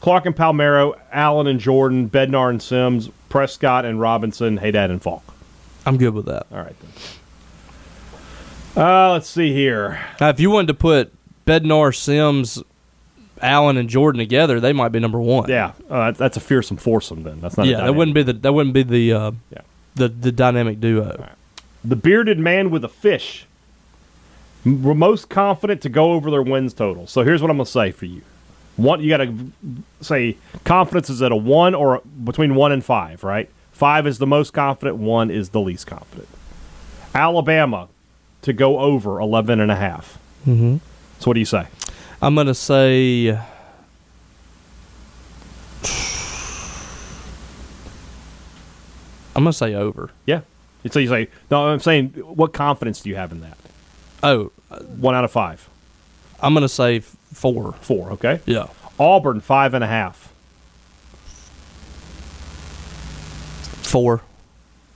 Clark and Palmero, Allen and Jordan, Bednar and Sims, Prescott and Robinson, Haydad and Falk.
I'm good with that.
All right then. Uh, let's see here.
Now, if you wanted to put Bednar, Sims, Allen, and Jordan together, they might be number one.
Yeah, uh, that's a fearsome foursome. Then that's not. a
yeah, that wouldn't be the that wouldn't be the uh,
Yeah.
the the dynamic duo.
The bearded man with a fish. M- We're most confident to go over their wins total. So here's what I'm gonna say for you. One, you gotta say confidence is at a one or a, between one and five, right? Five is the most confident. One is the least confident. Alabama to go over 11 and a half.
Mhm.
So what do you say?
I'm gonna say. I'm gonna say over.
Yeah. So you say no. I'm saying what confidence do you have in that?
Oh,
One out of five,
I'm gonna say f- four.
four. Okay.
Yeah,
Auburn five and a half.
four.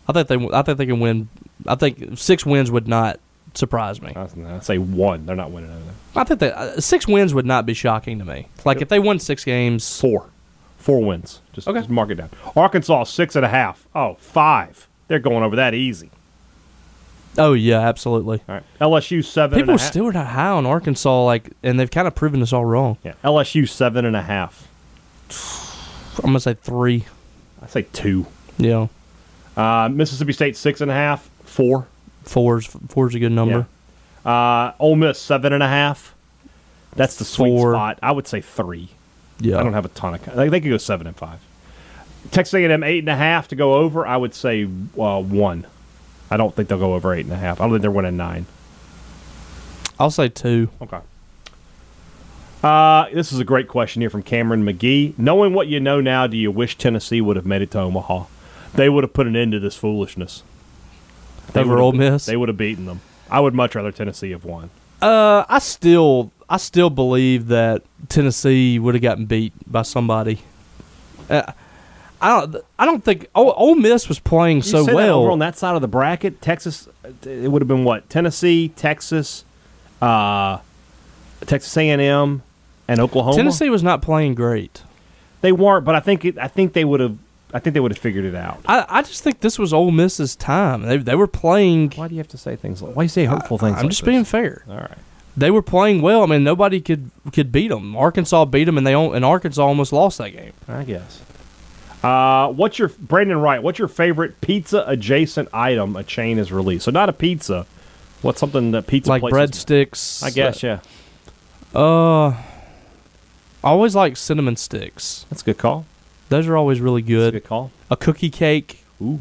I think they. w- I think they can win. I think six wins would not surprise me.
I I say one. They're not winning over.
I think that uh, six wins would not be shocking to me. Like if they won six games,
Four. Four wins. Just,
Okay.
just mark it down. Arkansas, six and a half. Oh, five. They're going over that easy.
oh yeah, absolutely.
All right. LSU, seven and
People
a
are
half.
still not high on Arkansas, like, and they've kind of proven us all wrong.
Yeah. LSU, seven and a half.
I'm gonna say three.
I say two.
Yeah,
Uh, Mississippi State, six and a half. Four.
four's four's a good number.
Yeah. Uh, Ole Miss, seven and a half. That's the sweet
Four.
spot. I would say three.
Yeah,
I don't have a ton of. Like, they could go seven and five. Texas A&M eight and a half to go over. I would say uh, one. I don't think they'll go over eight and a half. I don't think they're winning nine.
I'll say two.
Okay. Uh, this is a great question here from Cameron McGee. Knowing what you know now, do you wish Tennessee would have made it to Omaha? They would have put an end to this foolishness.
They
would
were
have-
Ole Miss.
They would have beaten them. I would much rather Tennessee have won.
Uh, I still, I still believe that Tennessee would have gotten beat by somebody. Uh, I don't, I don't think Ole, Ole Miss was playing
You
so
say that
well.
over on that side of the bracket, Texas. It would have been what Tennessee, Texas, uh, Texas A and M, and Oklahoma.
Tennessee was not playing great.
They weren't, but I think it, I think they would have. I think they would have figured it out.
I, I just think this was Ole Miss's time. They, they were playing.
Why do you have to say things like? Why do you say hurtful things?
I'm
like
just
this?
being fair.
All right.
They were playing well. I mean, nobody could could beat them. Arkansas beat them, and they al- and Arkansas almost lost that game.
I guess. Uh, what's your Brandon Wright? What's your favorite pizza adjacent item a chain has released? So not a pizza. What's something that pizza
like
places-
breadsticks.
I guess yeah,
Uh, I always like cinnamon sticks.
that's a good call.
Those are always really
That's a
good.
good call.
A cookie cake
Ooh.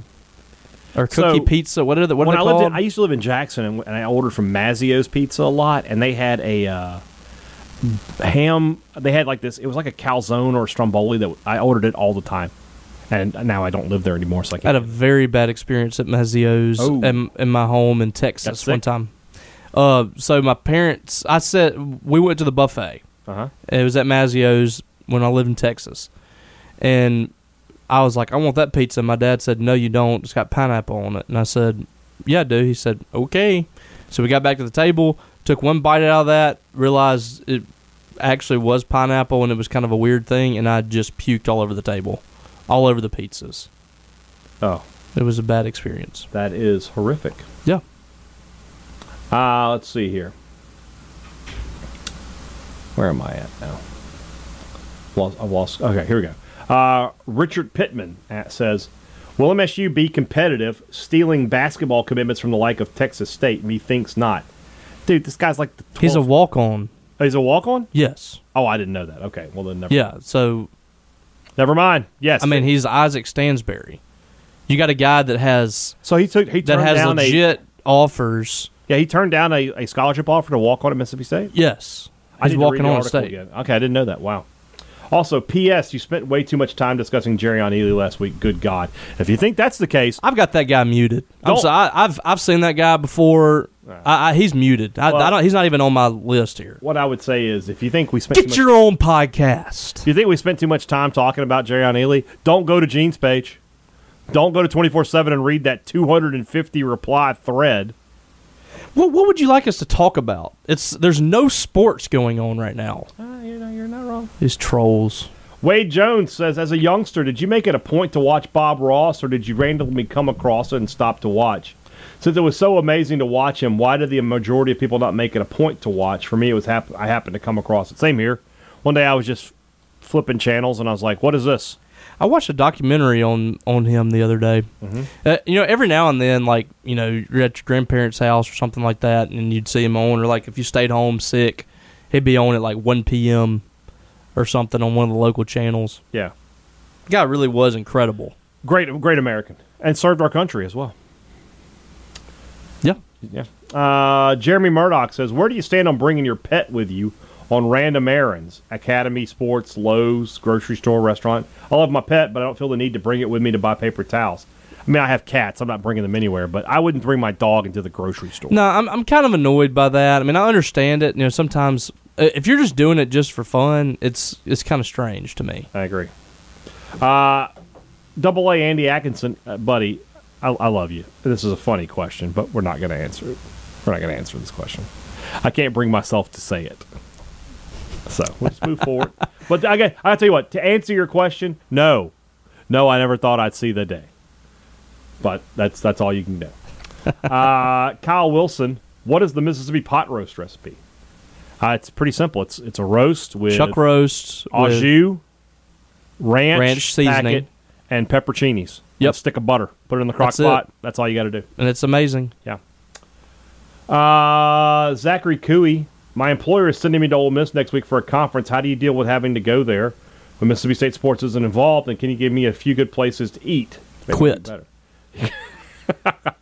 or cookie
So,
pizza. What are the what are
when
they
I lived,
called?
in, I used to live in Jackson, and, and I ordered from Mazio's Pizza a lot, and they had a uh, ham. They had like this. It was like a calzone or a stromboli that I ordered it all the time, and now I don't live there anymore, so I
I had
can't.
a very bad experience at Mazio's
Oh.
in, in my home in Texas
sick?
one time. Uh, so my parents, I said we went to the buffet.
Uh-huh.
It was at Mazio's when I lived in Texas, and I was like, I want that pizza. My dad said, No, you don't. It's got pineapple on it. And I said, Yeah, I do. He said, Okay. So we got back to the table, took one bite out of that, realized it actually was pineapple, and it was kind of a weird thing, and I just puked all over the table, all over the pizzas.
Oh,
It was a bad experience.
that is horrific.
Yeah.
Uh, let's see here. Where am I at now? Lost, I lost. Okay, here we go. Uh, Richard Pittman at, says, "Will MSU be competitive? Stealing basketball commitments from the like of Texas State? Methinks not." Dude, this guy's like the 12th.
He's a walk on.
Oh, he's a walk on.
Yes.
Oh, I didn't know that. Okay, well then never.
Yeah. So
Never mind. Yes.
I mean, he's Isaac Stansberry. You got a guy that has
so he took he
that
turned
has
down a
legit offers.
yeah he turned down a, a scholarship offer to walk on at Mississippi State.
Yes.
I
He's
need to read
walking
the
on
article
state.
again. Okay, I didn't know that. Wow. Also, P.S. You spent way too much time discussing Jerry on Ely last week. Good God! If you think that's the case,
I've got that guy muted. I'm
Don't-
so, I, I've I've seen that guy before. I, I, he's muted. I,
Well-
I don't, he's not even on my list here.
what I would say is, if you think we spent too
Get
much,
your own podcast.
if you think we spent too much time talking about Jerry on Ely, don't go to Gene's page. Don't go to twenty four seven and read that two hundred and fifty reply thread.
What what would you like us to talk about? It's there's no sports going on right now.
Uh, you know, you're not wrong.
These trolls.
Wade Jones says, as a youngster, did you make it a point to watch Bob Ross, or did you randomly come across it and stop to watch? Since it was so amazing to watch him, why did the majority of people not make it a point to watch? For me, it was hap- I happened to come across it. Same here. One day I was just flipping channels, and I was like, "What is this?"
I watched a documentary on on him the other day. Uh, you know, every now and then, like you know, you're at your grandparents' house or something like that, and you'd see him on, or like if you stayed home sick, he'd be on at like 1 p.m. or something on one of the local channels.
Yeah,
The guy really was incredible.
great, great American, and served our country as well.
Yeah,
Yeah. Uh, Jeremy Murdoch says, "Where do you stand on bringing your pet with you on random errands? Academy, sports, Lowe's, grocery store, restaurant. I love my pet, but I don't feel the need to bring it with me to buy paper towels. I mean, I have cats. I'm not bringing them anywhere, but I wouldn't bring my dog into the grocery store.
no, I'm I'm kind of annoyed by that. I mean, I understand it. You know, sometimes uh, if you're just doing it just for fun, it's it's kind of strange to me.
I agree. Uh, double A Andy Atkinson, uh, buddy, I, I love you. This is a funny question, but we're not going to answer it. We're not going to answer this question. I can't bring myself to say it. So we'll just move forward. But I got, I tell you what, to answer your question, no, no, I never thought I'd see the day. But that's that's all you can do. Uh, Kyle Wilson, what is the Mississippi pot roast recipe? Uh, it's pretty simple. It's it's a roast with
Chuck roast,
au
with-
jus, ranch,
Ranch seasoning.
packet, and pepperoncinis.
Yep.
A stick of butter. Put it in the crock
That's it.
pot. That's all you got to do.
and it's amazing.
Yeah. Uh, Zachary Cooey, my employer is sending me to Ole Miss next week for a conference. How do you deal with having to go there? when Mississippi State sports isn't involved, then can you give me a few good places to eat? That would be
Quit.
better.